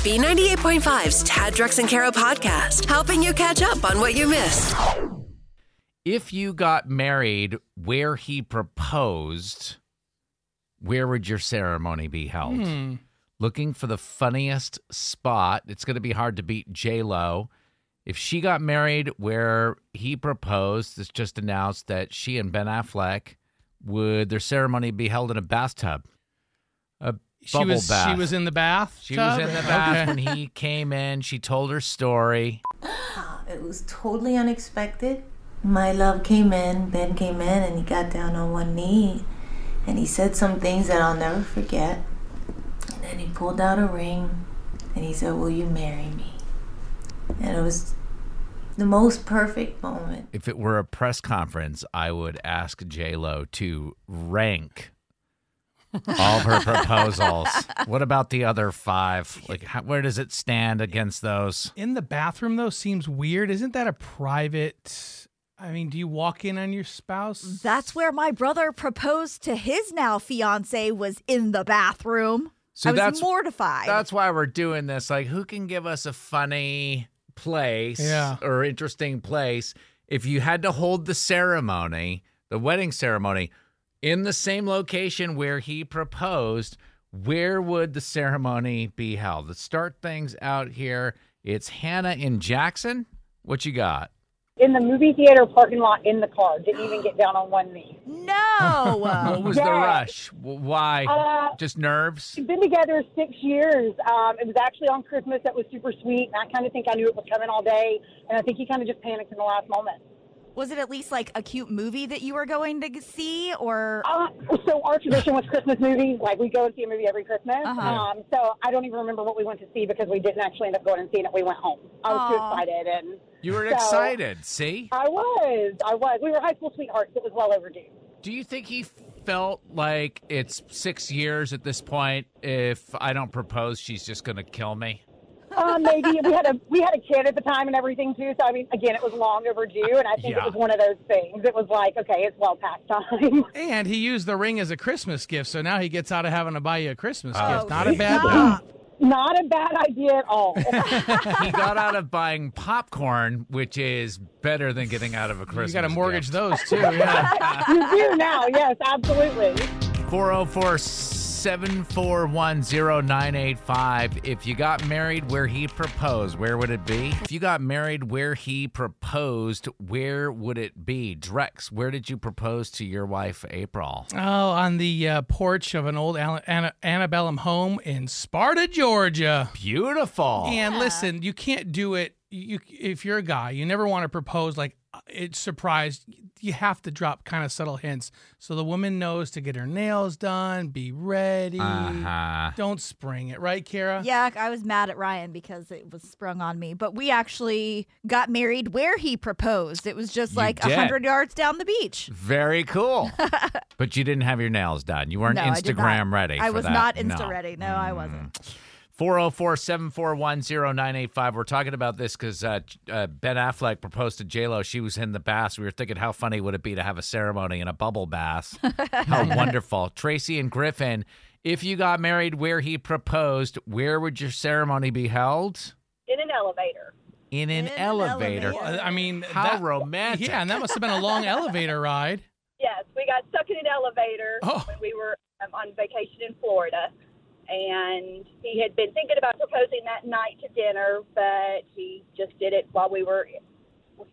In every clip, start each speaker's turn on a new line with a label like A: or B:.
A: B98.5's Tad Drex and Caro podcast, helping you catch up on what you missed.
B: If you got married where he proposed, where would your ceremony be held?
C: Hmm.
B: Looking for the funniest spot. It's going to be hard to beat J Lo. If she got married where he proposed, it's just announced that she and Ben Affleck would their ceremony be held in a bathtub. A
C: She
B: bubble
C: was
B: bath.
C: she was in the bath.
B: She was in the
C: Okay.
B: bath when he came in. She told her story.
D: It was totally unexpected. My love came in, Ben came in, and he got down on one knee and he said some things that I'll never forget. And then he pulled out a ring and he said, Will you marry me? And it was the most perfect moment.
B: if it were a press conference, I would ask J Lo to rank all of her proposals. What about the other five? Like, how, where does it stand against those?
C: In the bathroom though seems weird. Isn't that a private? I mean, do you walk in on your spouse?
E: That's where my brother proposed to his now fiance was in the bathroom.
B: So
E: I was
B: that's-
E: mortified.
B: That's why we're doing this. Like, who can give us a funny place
C: Yeah.
B: or interesting place? If you had to hold the ceremony, the wedding ceremony, in the same location where he proposed, where would the ceremony be held? Let's start things out here. It's Hannah in Jackson. What you got?
F: in the movie theater parking lot in the car. Didn't even get down on one knee.
B: What
E: no.
B: was the
F: Yes.
B: rush? W- Why?
F: Uh,
B: Just nerves?
F: We've been together six years. Um, it was actually on Christmas that was super sweet, and I kind of think I knew it was coming all day. And I think he kind of just panicked in the last moment.
E: was it at least like a cute movie that you were going to see or
F: Uh, so our tradition was Christmas movies. Like we go and see a movie every Christmas.
E: Uh-huh.
F: Um, so I don't even remember what we went to see because we didn't actually end up going and seeing it. We went home. I was too
E: Aw.
F: excited, and
B: You were
F: so-
B: excited. See?
F: I was, I was. We were high school sweethearts. It was well overdue.
B: Do you think he felt like it's six years at this point? If I don't propose, she's just going to kill me.
F: Uh, maybe we had a we had a kid at the time and everything too. So I mean, again, it was long overdue, and I think
B: Yeah.
F: it was one of those things. It was like, okay, it's well past time.
C: And he used the ring as a Christmas gift, so now he gets out of having to buy you a Christmas
B: Oh,
C: gift. Not a bad
E: stop.
F: Not a bad idea at all.
B: He got out of buying popcorn, which is better than getting out of a
C: thing.
B: Christmas.
C: You got to mortgage
B: gift.
C: those too. Yeah.
F: you do now, yes, absolutely.
B: 404 741 0985. If you got married where he proposed, where would it be? If you got married where he proposed, where would it be? Drex, where did you propose to your wife, April?
C: Oh, on the uh, porch of an old Anna- Anna- antebellum home in Sparta, Georgia.
B: Beautiful.
C: And listen, you can't do it. You, if you're a guy, you never want to propose like uh, it's surprised. You have to drop kind of subtle hints so the woman knows to get her nails done, be ready.
B: Uh-huh.
C: Don't spring it, right, Kara?
E: Yeah, I was mad at Ryan because it was sprung on me. But we actually got married where he proposed. It was just
B: You
E: like
B: did.
E: a hundred yards down the beach.
B: Very cool. but you didn't have your nails done. You weren't
E: No, I did not.
B: Instagram ready.
E: I
B: for
E: was
B: that. Mm,
E: not Insta ready. No, I wasn't.
B: 404 741 0985. We're talking about this because uh, J- uh, Ben Affleck proposed to JLo. She was in the bath. We were thinking, how funny would it be to have a ceremony in a bubble bath? how wonderful. Tracy and Griffin, if you got married where he proposed, where would your ceremony be held?
F: In an elevator.
B: In an,
E: In an
B: elevator.
E: elevator.
C: Well, I mean,
B: uh, How
C: that-
B: romantic.
C: Yeah, and that must have been a long elevator ride.
G: Yes, we got stuck in an elevator
C: Oh.
G: when we were um, on vacation in Florida, and he had been thinking about proposing that night to dinner, but he just did it while we were.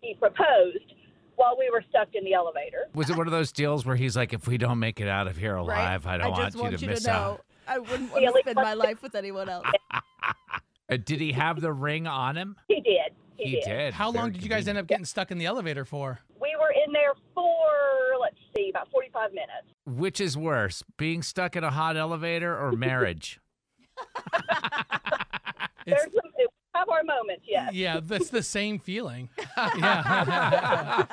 G: He proposed while we were stuck in the elevator.
B: Was it one of those deals where he's like, if we don't make it out of here alive, I don't
E: just
B: want you to miss out?
E: I wouldn't want to
G: Really?
E: spend my life with anyone else.
B: Uh, did he have the ring on him?
G: He did. He,
B: He did.
C: How long
B: Very
C: did you guys end
B: convenient.
C: up getting stuck in the elevator for?
G: We were in there for let's see, about forty-five minutes.
B: Which is worse, being stuck in a hot elevator or marriage?
C: It's,
G: There's some, it- have our moments, yes.
C: yeah, that's the same feeling. Yeah.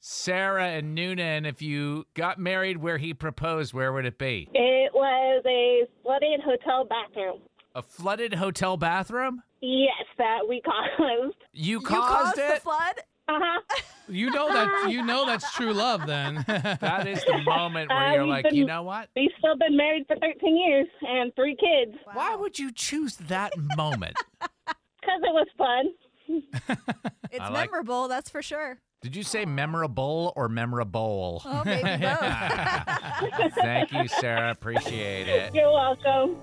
B: Sarah and Noonan, if you got married where he proposed, where would it be?
H: It was a flooded hotel bathroom.
B: A flooded hotel bathroom?
H: Yes, that we caused.
B: You caused,
E: you caused the
B: it?
E: flood?
H: Uh huh.
C: you know that you know that's true love then.
B: that is the moment where
H: Uh,
B: you're
H: we've
B: like,
H: been-
B: you know what?
H: We've still been married for 13 years and three kids
B: Why would you choose that moment?
H: because it was fun.
E: It's
B: I like-
E: memorable, that's for sure.
B: Did you say memorable or memorable?
E: Oh, maybe both.
B: Thank you, Sarah. Appreciate it.
H: You're welcome.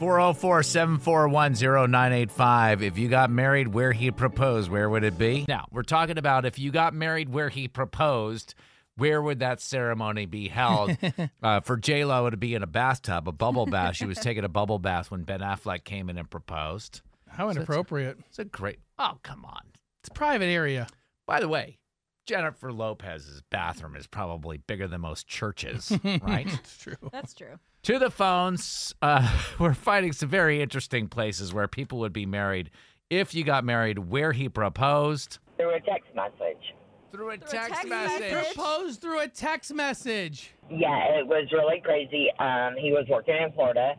B: 404 741 0985. If you got married where he proposed, where would it be? Now, we're talking about if you got married where he proposed, where would that ceremony be held? uh, for Lo, it would be in a bathtub, a bubble bath. She was taking a bubble bath when Ben Affleck came in and proposed.
C: How inappropriate.
B: It's a great. Oh, come on.
C: It's a private area.
B: By the way, Jennifer Lopez's bathroom is probably bigger than most churches, right?
C: It's true.
E: That's true.
B: to the phones. Uh, we're finding some very interesting places where people would be married if you got married where he proposed
I: through a text message.
B: through a
E: text text message. message.
C: Proposed through a text message.
I: Yeah, it was really crazy. Um, he was working in Florida.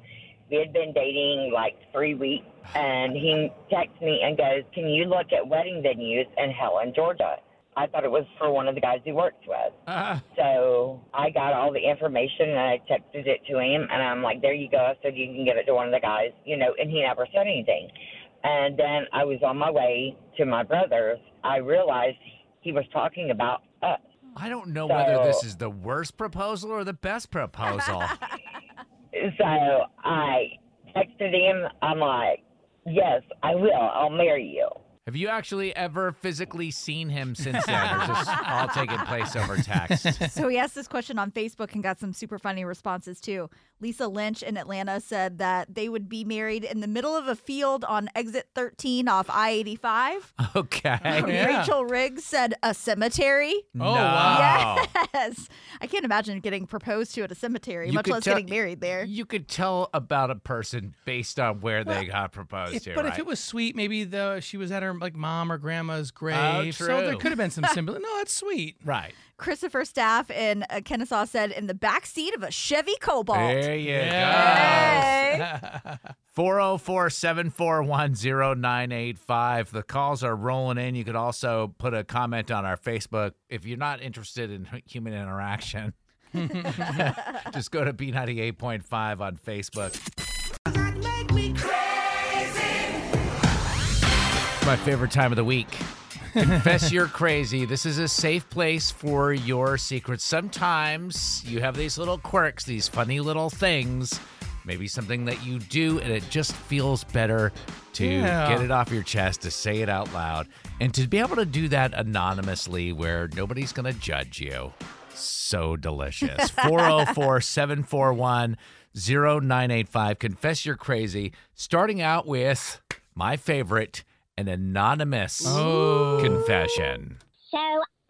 I: We had been dating like three weeks, and he texts me and goes, "Can you look at wedding venues in Helen, Georgia?" I thought it was for one of the guys he works with.
B: Uh,
I: So I got all the information and I texted it to him and I'm like, There you go. I said you can give it to one of the guys, you know, and he never said anything. And then I was on my way to my brother's. I realized he was talking about us.
B: I don't know whether this
I: So-
B: is the worst proposal or the best proposal.
I: So I texted him, I'm like, Yes, I will, I'll marry you.
B: Have you actually ever physically seen him since then? Or is this all taking place over text?
E: So he asked this question on Facebook and got some super funny responses too. Lisa Lynch in Atlanta said that they would be married in the middle of a field on exit 13 off I 85.
B: Okay.
C: Yeah.
E: Rachel Riggs said a cemetery.
B: no.
C: wow.
E: Yes. I can't imagine getting proposed to at a cemetery,
B: You
E: much
B: could
E: less
B: tell-
E: getting married there.
B: You could tell about a person based on where they got proposed
C: If-
B: to,
C: but
B: right? Oh,
C: if it was sweet, maybe the she was at her like mom or grandma's grave. So there
B: true.
C: could have been some symbolism. No, that's sweet.
B: right.
E: Christopher Staff in uh, Kennesaw said in the back seat of a Chevy Cobalt.
B: There you go.
E: Yes.
C: Yes.
B: 404 741 0985. The calls are rolling in. You could also put a comment on our Facebook. If you're not interested in hu- human interaction, just go to B98.5 on Facebook. My favorite time of the week. Confess you're crazy. This is a safe place for your secrets. Sometimes you have these little quirks, these funny little things, maybe something that you do, and it just feels better to
C: Yeah.
B: get it off your chest, to say it out loud, and to be able to do that anonymously where nobody's going to judge you. So delicious. 404 741 0985. Confess you're crazy. Starting out with my favorite, an anonymous
C: Oh.
B: confession.
H: So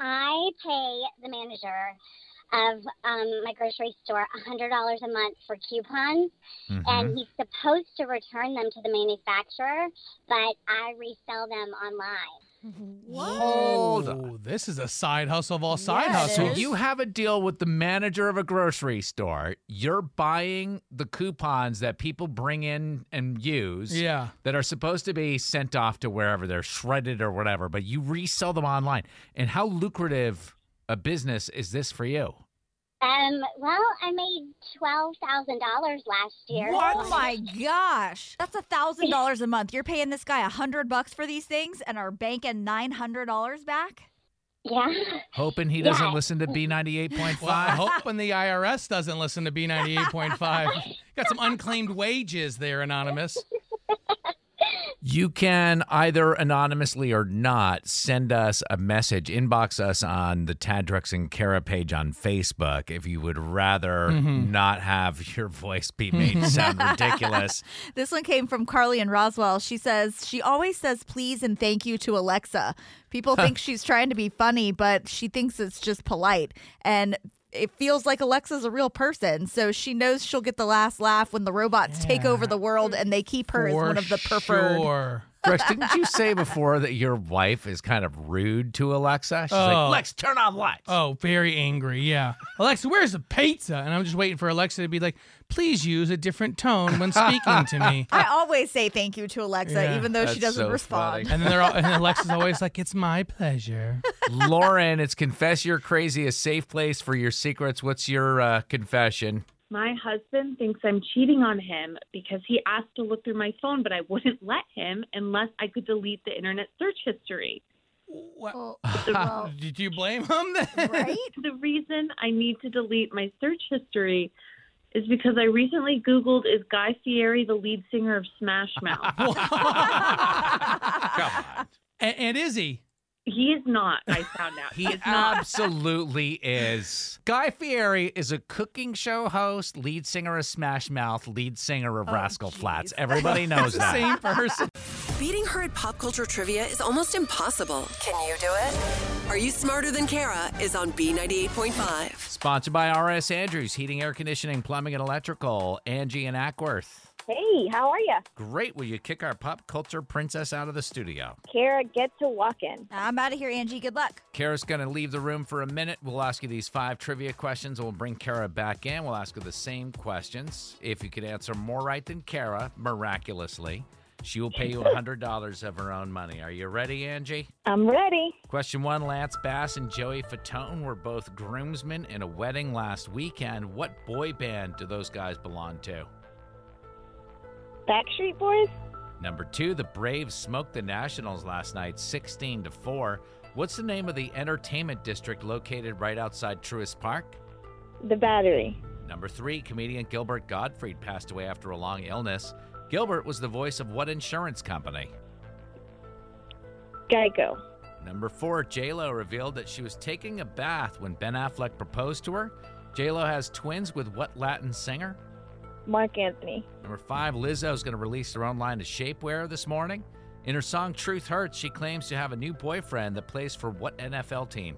H: I pay the manager of um, my grocery store $100 a month for coupons,
J: Mm-hmm.
B: Mhm.
H: and he's supposed to return them to the manufacturer, but I resell them online.
B: Hold on.
C: Oh, this is a side hustle of all side
E: Yeah,
B: So
E: it
C: hustles.
E: is.
B: you have a deal with the manager of a grocery store. You're buying the coupons that people bring in and use
C: Yeah.
B: that are supposed to be sent off to wherever they're shredded or whatever, but you resell them online. And how lucrative a business is this for you?
H: Um, well, I made $12,000 last year. Um,
E: Oh my gosh. That's a thousand dollars a month. You're paying this guy a hundred bucks for these things and are banking nine hundred dollars back?
H: Yeah.
B: Hoping he doesn't listen to B98.5.
C: Well, I'm hoping the IRS doesn't listen to B98.5. Got some unclaimed wages there, Anonymous.
B: You can either anonymously or not send us a message, inbox us on the Tad Drex and Kara page on Facebook if you would rather
C: Mm-hmm.
B: not have your voice be made sound ridiculous.
E: This one came from Carly and Roswell. She says she always says please and thank you to Alexa. People think she's trying to be funny, but she thinks it's just polite. And it feels like Alexa's a real person, so she knows she'll get the last laugh when the robots take over the world, and they keep her as
C: For
E: one of the preferred.
C: Sure.
B: Rex, didn't you say before that your wife is kind of rude to Alexa? She's
C: Oh.
B: like, Lex, turn on lights.
C: Oh, very angry. Yeah. Alexa, where's the pizza? And I'm just waiting for Alexa to be like, please use a different tone when speaking to me.
E: I always say thank you to Alexa,
C: Yeah.
E: even though she
B: That's
E: doesn't
B: so
E: respond.
B: funny.
C: And then they're all, and Alexa's always like, it's my pleasure.
B: Lauren, it's Confess You're Crazy, a safe place for your secrets. What's your uh, confession?
K: My husband thinks I'm cheating on him because he asked to look through my phone, but I wouldn't let him unless I could delete the internet search history.
C: What?
E: Well, well,
C: Did you blame him then?
E: right?
K: The reason I need to delete my search history is because I recently Googled is Guy Fieri the lead singer of Smash Mouth?
B: Come on.
C: And, and is he?
K: he is not, I found out.
B: He absolutely is. Guy Fieri is a cooking show host, lead singer of Smash Mouth, lead singer of Rascal Flats. Everybody knows
C: Oh, The
B: that.
C: same person.
A: Beating her at pop culture trivia is almost impossible. Can you do it? Are You Smarter Than Kara is on B98.5.
B: Sponsored by RS Andrews, heating, air conditioning, plumbing, and electrical. Angie and Ackworth.
G: Hey, how are you?
B: Great. Will you kick our pop culture princess out of the studio?
G: Kara, get to walking.
E: I'm out of here, Angie. Good luck.
B: Kara's going to leave the room for a minute. We'll ask you these five trivia questions. and We'll bring Kara back in. We'll ask her the same questions. If you could answer more right than Kara, miraculously, she will pay you $100 of her own money. Are you ready, Angie?
G: I'm ready.
B: Question one Lance Bass and Joey Fatone were both groomsmen in a wedding last weekend. What boy band do those guys belong to?
G: Backstreet Boys?
B: Number two, the Braves smoked the Nationals last night, 16 to 4. What's the name of the entertainment district located right outside Truist Park?
G: The Battery.
B: Number three, comedian Gilbert Gottfried passed away after a long illness. Gilbert was the voice of what insurance company?
G: Geico.
B: Number four, JLo revealed that she was taking a bath when Ben Affleck proposed to her. JLo has twins with what Latin singer?
G: Mark Anthony.
B: Number five, Lizzo is going to release her own line of shapewear this morning. In her song Truth Hurts, she claims to have a new boyfriend that plays for what NFL team?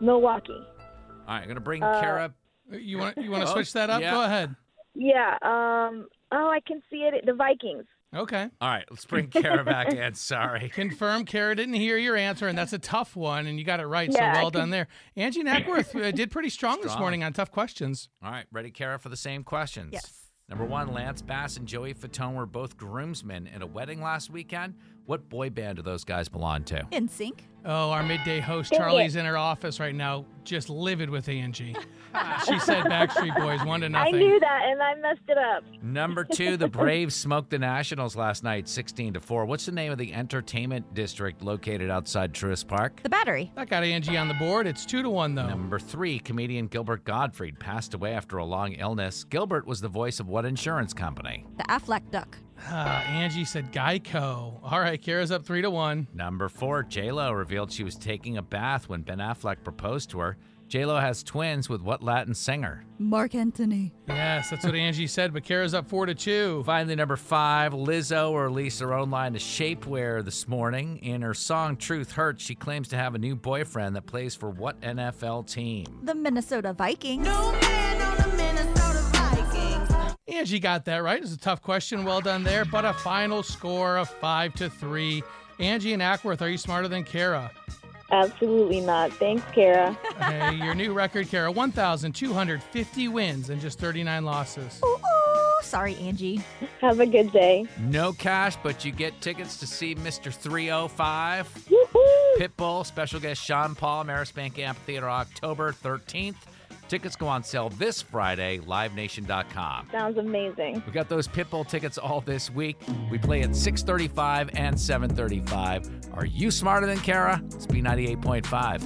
G: Milwaukee.
B: All right, I'm going to bring
G: Uh,
B: Kara.
C: You want you want to
B: Oh,
C: switch that up?
B: yeah.
C: Go ahead.
G: Yeah. Um. Oh, I can see it. The Vikings.
C: Okay.
B: All right, let's bring Kara back in. Sorry.
C: Confirm Kara didn't hear your answer, and that's a tough one, and you got it right.
G: Yeah,
C: so
G: I
C: well done there. Angie Nackworth uh, did pretty strong, this
B: Strong.
C: morning on tough questions.
B: All right, ready, Kara, for the same questions?
E: Yes.
B: Number one, Lance Bass and Joey Fatone were both groomsmen at a wedding last weekend. What boy band do those guys belong to?
E: In sync.
C: Oh, our midday host
G: Dang it.
C: Charlie's in her office right now, just livid with Angie. she said Backstreet Boys, one to nothing.
G: I knew that, and I messed it up.
B: Number two, the Braves smoked the Nationals last night, 16 to 4. What's the name of the entertainment district located outside Truist Park?
E: The battery.
C: That got Angie on the board. It's two to one though.
B: Number three, comedian Gilbert Gottfried passed away after a long illness. Gilbert was the voice of what insurance company?
E: The Affleck duck.
C: Ah, Angie said Geico. All right, Kara's up three to one.
B: Number four, JLo revealed she was taking a bath when Ben Affleck proposed to her. JLo has twins with what Latin singer?
E: Mark Anthony.
C: Yes, that's what Angie said, but Kara's up four to two.
B: Finally, number five, Lizzo released her own line of shapewear this morning. In her song Truth Hurts, she claims to have a new boyfriend that plays for what NFL team?
E: The Minnesota Vikings.
C: Angie got that right. It's a tough question. Well done there, but a final score of five to three. Angie and Ackworth, are you smarter than Kara?
G: Absolutely not. Thanks, Kara.
C: hey, your new record, Kara, 1,250 wins and just 39 losses.
E: Ooh, ooh. Sorry, Angie.
G: Have a good day.
B: No cash, but you get tickets to see Mr. 305,
G: Woohoo!
B: Pitbull, special guest Sean Paul, Maris Bank Amphitheater, October 13th. Tickets go on sale this Friday, livenation.com.
G: Sounds amazing.
B: We got those Pitbull tickets all this week. We play at 6:35 and 7:35. Are you smarter than Kara? It's B98.5.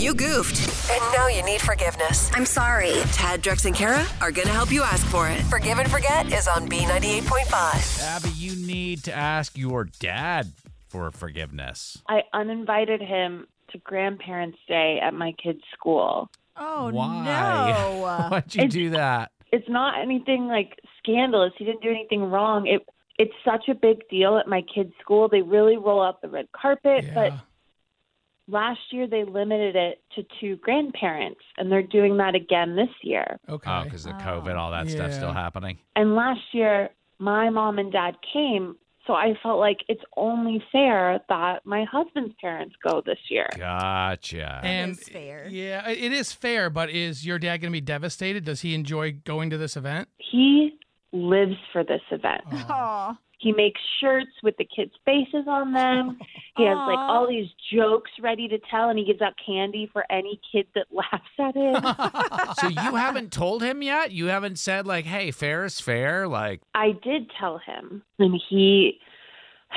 A: You goofed. And now you need forgiveness. I'm sorry. Tad, Drex, and Kara are going to help you ask for it. Forgive and Forget is on B98.5.
B: Abby, you need to ask your dad for forgiveness.
K: I uninvited him to grandparents' day at my kid's school.
E: Oh
B: Why?
E: no.
B: Why'd you do that?
K: It's not anything like scandalous. He didn't do anything wrong. It it's such a big deal at my kid's school. They really roll out the red carpet, but Last year they limited it to two grandparents, and they're doing that again this year.
C: Okay.
B: Oh, because the COVID, all that stuff's still
K: Yeah.
B: happening.
K: And last year, my mom and dad came, so I felt like it's only fair that my husband's parents go this year.
B: Gotcha.
C: and fair. Yeah, it is fair, but is your dad going to be devastated? Does he enjoy going to this event?
K: He lives for this event.
E: Aw.
K: He makes shirts with the kids' faces on them. He has like
E: Aw.
K: all these jokes ready to tell, and he gives out candy for any kid that laughs at it.
B: so you haven't told him yet? You haven't said like, "Hey, fair is fair." Like,
K: I did tell him, and he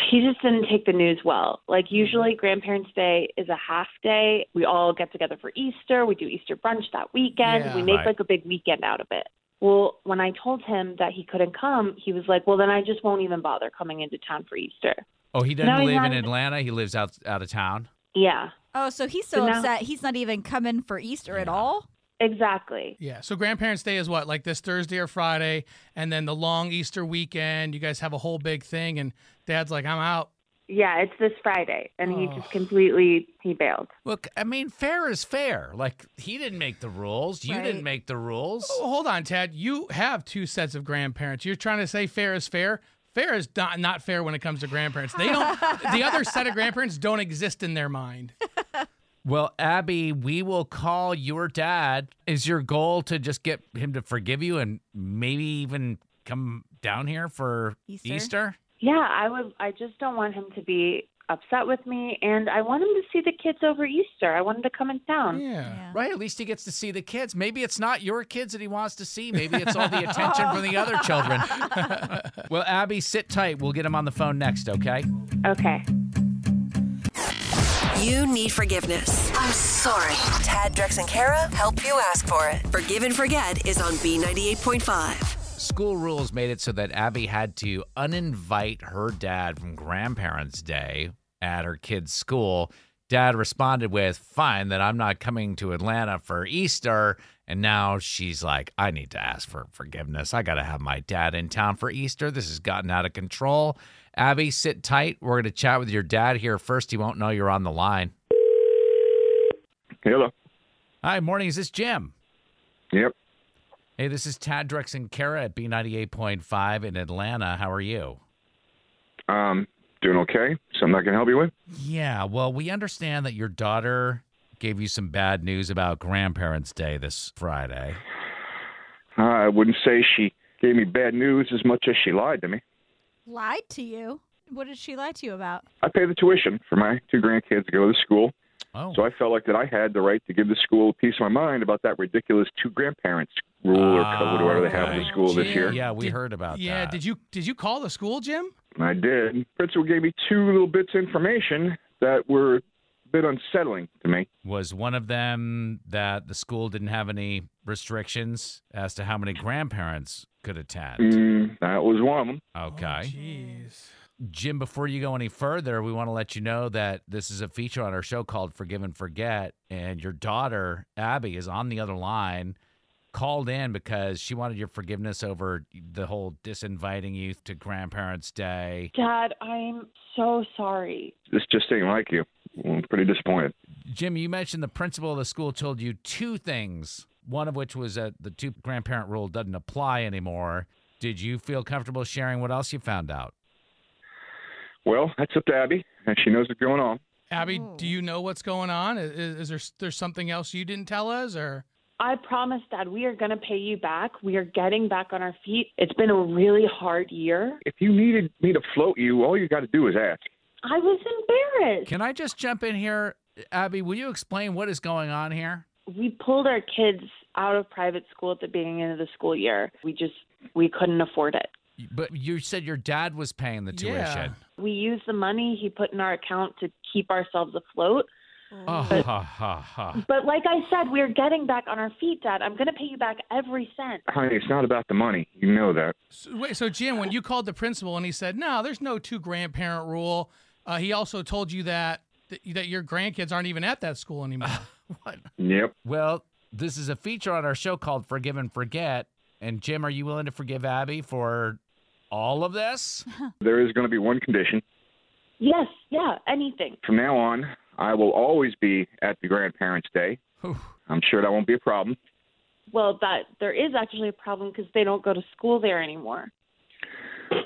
K: he just didn't take the news well. Like
L: Mm-hmm.
K: usually, Grandparents' Day is a half day. We all get together for Easter. We do Easter brunch that weekend.
L: Yeah.
K: we make
L: Right.
K: like a big weekend out of it. Well, when I told him that he couldn't come, he was like, "Well, then I just won't even bother coming into town for Easter."
B: oh, he doesn't
K: No, he's
B: live
K: not
B: in
K: in-
B: Atlanta. He lives out out of town.
K: Yeah.
E: Oh, so he's so
K: So now-
E: upset he's not even coming for Easter at all?
K: Exactly.
C: Yeah. So Grandparents' Day is what, like this Thursday or Friday, and then the long Easter weekend. You guys have a whole big thing, and Dad's like, "I'm out."
K: Yeah, it's this Friday, and he
C: Oh.
K: just completely he bailed.
B: Look, I mean, fair is fair. Like, he didn't make the rules. You didn't
C: Right.
B: make the rules.
C: Oh, hold on, Tad. You have two sets of grandparents. You're trying to say fair is fair. Fair is not, not fair when it comes to grandparents. They don't. the other set of grandparents don't exist in their mind.
B: Well, Abby, we will call your dad. Is your goal to just get him to forgive you and maybe even come down here for Easter?
K: Yeah, I would. I just don't want him to be upset with me, and I want him to see the kids over Easter. I want him to come in town.
B: Right, at least he gets to see the kids. Maybe it's not your kids that he wants to see. Maybe it's all the attention from the other children. well, Abby, sit tight. We'll get him on the phone next, okay?
K: Okay.
A: You need forgiveness. I'm sorry. Tad, Drex, and Kara help you ask for it. Forgive and Forget is on B98.5.
B: School rules made it so that Abby had to uninvite her dad from Grandparents' Day at her kid's school. Dad responded with, Fine, then I'm not coming to Atlanta for Easter. And now she's like, I need to ask for forgiveness. I got to have my dad in town for Easter. This has gotten out of control. Abby, sit tight. We're going to chat with your dad here first. He won't know you're on the line.
J: Hello.
B: Hi, morning. Is this Jim?
J: Yep.
B: Hey, this is Tad Drex and Kara at B98.5 in Atlanta. How are you?
J: Um, doing okay. Something I can help you with?
B: Yeah, well, we understand that your daughter gave you some bad news about Grandparents' Day this Friday.
J: Uh, I wouldn't say she gave me bad news as much as she lied to me.
E: Lied to you? What did she lie to you about?
J: I pay the tuition for my two grandkids to go to school.
B: Oh.
J: So I felt like that I had the right to give the school a piece of my mind about that ridiculous two grandparents rule or code or whatever they have in the
B: Okay.
J: school this year.
B: Yeah, we heard about
C: yeah.
B: that.
C: Did you did you call the school, Jim?
J: I did. Principal gave me two little bits of information that were a bit unsettling to me.
B: Was one of them that the school didn't have any restrictions as to how many grandparents could attend?
J: Mm, that was one of them.
B: Okay.
C: Jeez.
B: Jim, before you go any further, we want to let you know that this is a feature on our show called Forgive and Forget. And your daughter, Abby, is on the other line, called in because she wanted your forgiveness over the whole disinviting you to Grandparents' Day.
K: Dad, I'm so sorry.
J: This just ain't like you. I'm pretty disappointed.
B: Jim, you mentioned the principal of the school told you two things, one of which was that the two grandparent rule doesn't apply anymore. Did you feel comfortable sharing what else you found out?
J: Well, that's up to Abby, and she knows what's going on.
C: Abby,
K: Oh.
C: do you know what's going on? I- Is, is there there's something else you didn't tell us, or
K: I promise, Dad, we are going to pay you back. We are getting back on our feet. It's been a really hard year.
J: If you needed me to float you, all you got to do is ask.
K: I was embarrassed.
B: Can I just jump in here? Abby, will you explain what is going on here?
K: We pulled our kids out of private school at the beginning of the school year. We just we couldn't afford it.
B: But you said your dad was paying the tuition.
K: We used the money he put in our account to keep ourselves afloat.
B: Oh,
K: But-
B: ha, ha, ha.
K: But like I said, we're getting back on our feet, Dad. I'm going to pay you back every cent.
J: Honey, it's not about the money. You know that.
C: so, wait? So Jim, when you called the principal and he said, "No, there's no two grandparent rule," uh, he also told you that that that your grandkids aren't even at that school anymore.
J: Yep.
B: Well, this is a feature on our show called Forgive and Forget. And Jim, are you willing to forgive Abby for all of this?
J: There is going to be one condition.
K: Yes, yeah, anything.
J: From now on, I will always be at the grandparents' day. I'm sure that won't be a problem.
K: Well, that there is actually a problem because they don't go to school there anymore.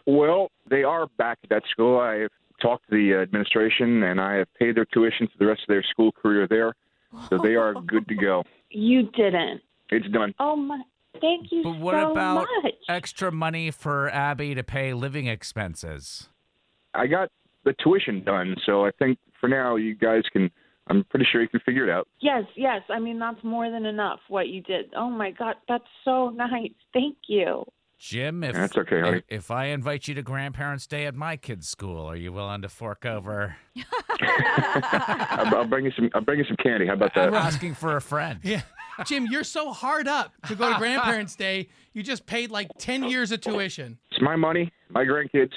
J: Well, they are back at that school. I have talked to the uh, administration, and I have paid their tuition for the rest of their school career there, so they are good to go.
K: You didn't.
J: It's done.
K: Oh my! Thank you
B: But what
K: so
B: about
K: much.
B: extra money for Abby to pay living expenses?
J: I got the tuition done, so I think for now you guys can. I'm pretty sure you can figure it out.
K: Yes, yes. I mean, that's more than enough what you did. Oh my God, that's so nice. Thank you.
B: Jim, if
J: That's okay, honey.
B: If, if I invite you to grandparents' day at my kid's school, are you willing to fork over?
J: I'll, I'll bring you some. I'll bring you some candy. How about
B: I'm
J: that?
B: asking for a friend.
C: Yeah. Jim, you're so hard up to go to grandparents' day. You just paid like 10 years of tuition.
J: It's my money, my grandkids.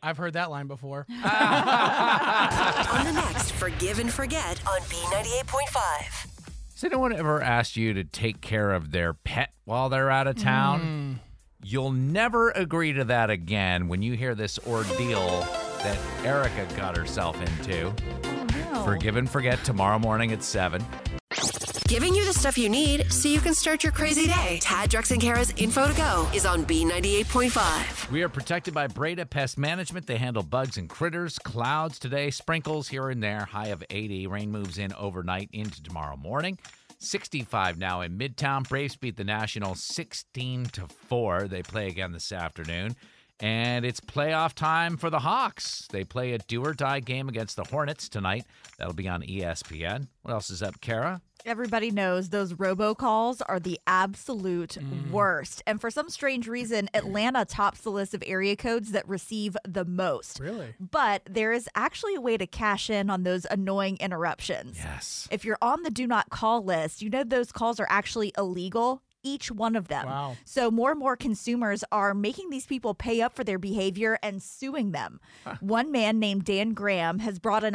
C: I've heard that line before.
A: On the next Forgive and Forget on B98.5.
B: Has anyone ever asked you to take care of their pet while they're out of town? You'll never agree to that again when you hear this ordeal that Erica got herself into.
E: Oh.
B: Forgive and forget tomorrow morning at 7.
A: Giving you the stuff you need so you can start your crazy day. Tad, Drex, and Kara's info to go is on B98.5.
B: We are protected by Breda Pest Management. They handle bugs and critters, clouds today, sprinkles here and there, high of 80. Rain moves in overnight into tomorrow morning. 65 now in Midtown. Braves beat the Nationals 16 to 4. They play again this afternoon. And it's playoff time for the Hawks. They play a do or die game against the Hornets tonight. That'll be on E ESPN. What else is up, Kara?
E: Everybody knows those robocalls are the absolute worst. And for some strange reason, Atlanta tops the list of area codes that receive the most.
C: Really?
E: But there is actually a way to cash in on those annoying interruptions.
B: Yes.
E: If you're on the do not call list, you know those calls are actually illegal. Each one of them.
L: Wow.
E: So, more and more consumers are making these people pay up for their behavior and suing them. One man named Dan Graham has brought in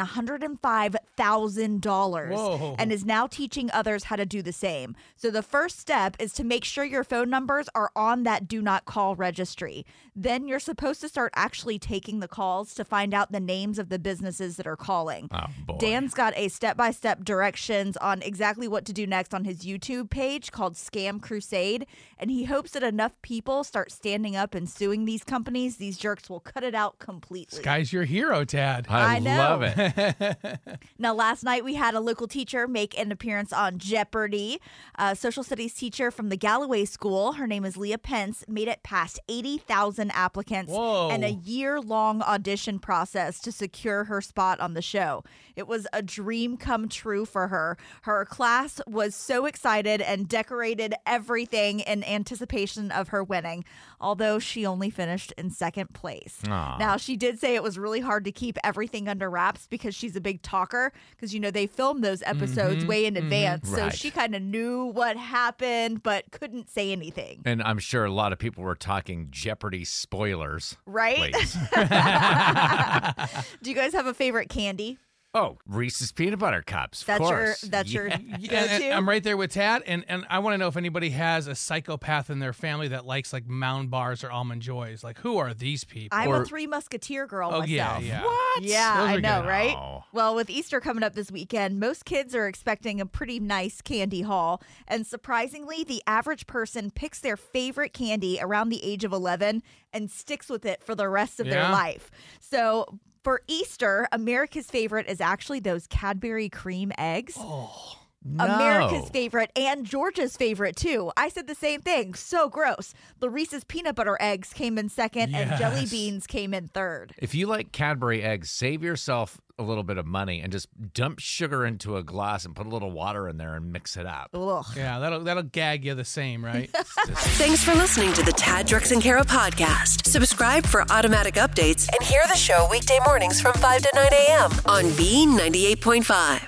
E: $105,000
L: Whoa.
E: and is now teaching others how to do the same. So the first step is to make sure your phone numbers are on that do not call registry. Then you're supposed to start actually taking the calls to find out the names of the businesses that are calling.
L: Ah,
E: Dan's got a step-by-step directions on exactly what to do next on his YouTube page called Scam Crusade, and he hopes that enough people start standing up and suing these companies, these jerks will cut it out completely.
C: Guy's your hero, Tad.
E: I I know. love
C: it.
E: Now, last night we had a local teacher make an appearance on Jeopardy. A social studies teacher from the Galloway School, her name is Leah Pence, made it past 80,000 applicants
L: Whoa.
E: and a year long audition process to secure her spot on the show. It was a dream come true for her. Her class was so excited and decorated everything in anticipation of her winning, although she only finished in second place.
L: Aw.
E: Now, she did say it was really hard to keep everything under wraps because she's a big talker. Because you know they film those episodes
B: Mhm,
E: way in
B: mhm.
E: advance, so
B: Right.
E: she kind of knew what happened but couldn't say anything.
B: And I'm sure a lot of people were talking Jeopardy spoilers.
E: Right?
B: Please.
E: Do you guys have a favorite candy?
B: Oh, Reese's peanut butter cups. Of
E: That's your-
B: course.
E: that's your-
C: Yeah, and- and I'm right there with Tad, and, and I want to know if anybody has a psychopath in their family that likes like Mound Bars or Almond Joys. Like, who are these people?
E: I'm a Three Musketeer girl
C: Oh,
E: myself.
C: yeah, yeah.
B: What?
E: Yeah,
C: Those
E: I
C: are
E: know,
C: good. Oh.
E: right?
C: No.
E: Well, with Easter coming up this weekend, most kids are expecting a pretty nice candy haul. And surprisingly, the average person picks their favorite candy around the age of 11 and sticks with it for the rest of their
L: Yeah.
E: life. So for Easter, America's favorite is actually those Cadbury cream eggs.
L: no.
E: America's favorite and Georgia's favorite too. I said the same thing. So gross. The Reese's peanut butter eggs came in second, and jelly
B: Yes.
E: beans came in third.
B: If you like Cadbury eggs, save yourself a little bit of money and just dump sugar into a glass and put a little water in there and mix it up.
C: Yeah, that'll that'll gag you the same, right?
A: Thanks for listening to the Tad, Drex, and Kara podcast. Subscribe for automatic updates and hear the show weekday mornings from 5 to 9 a.m. on B98.5.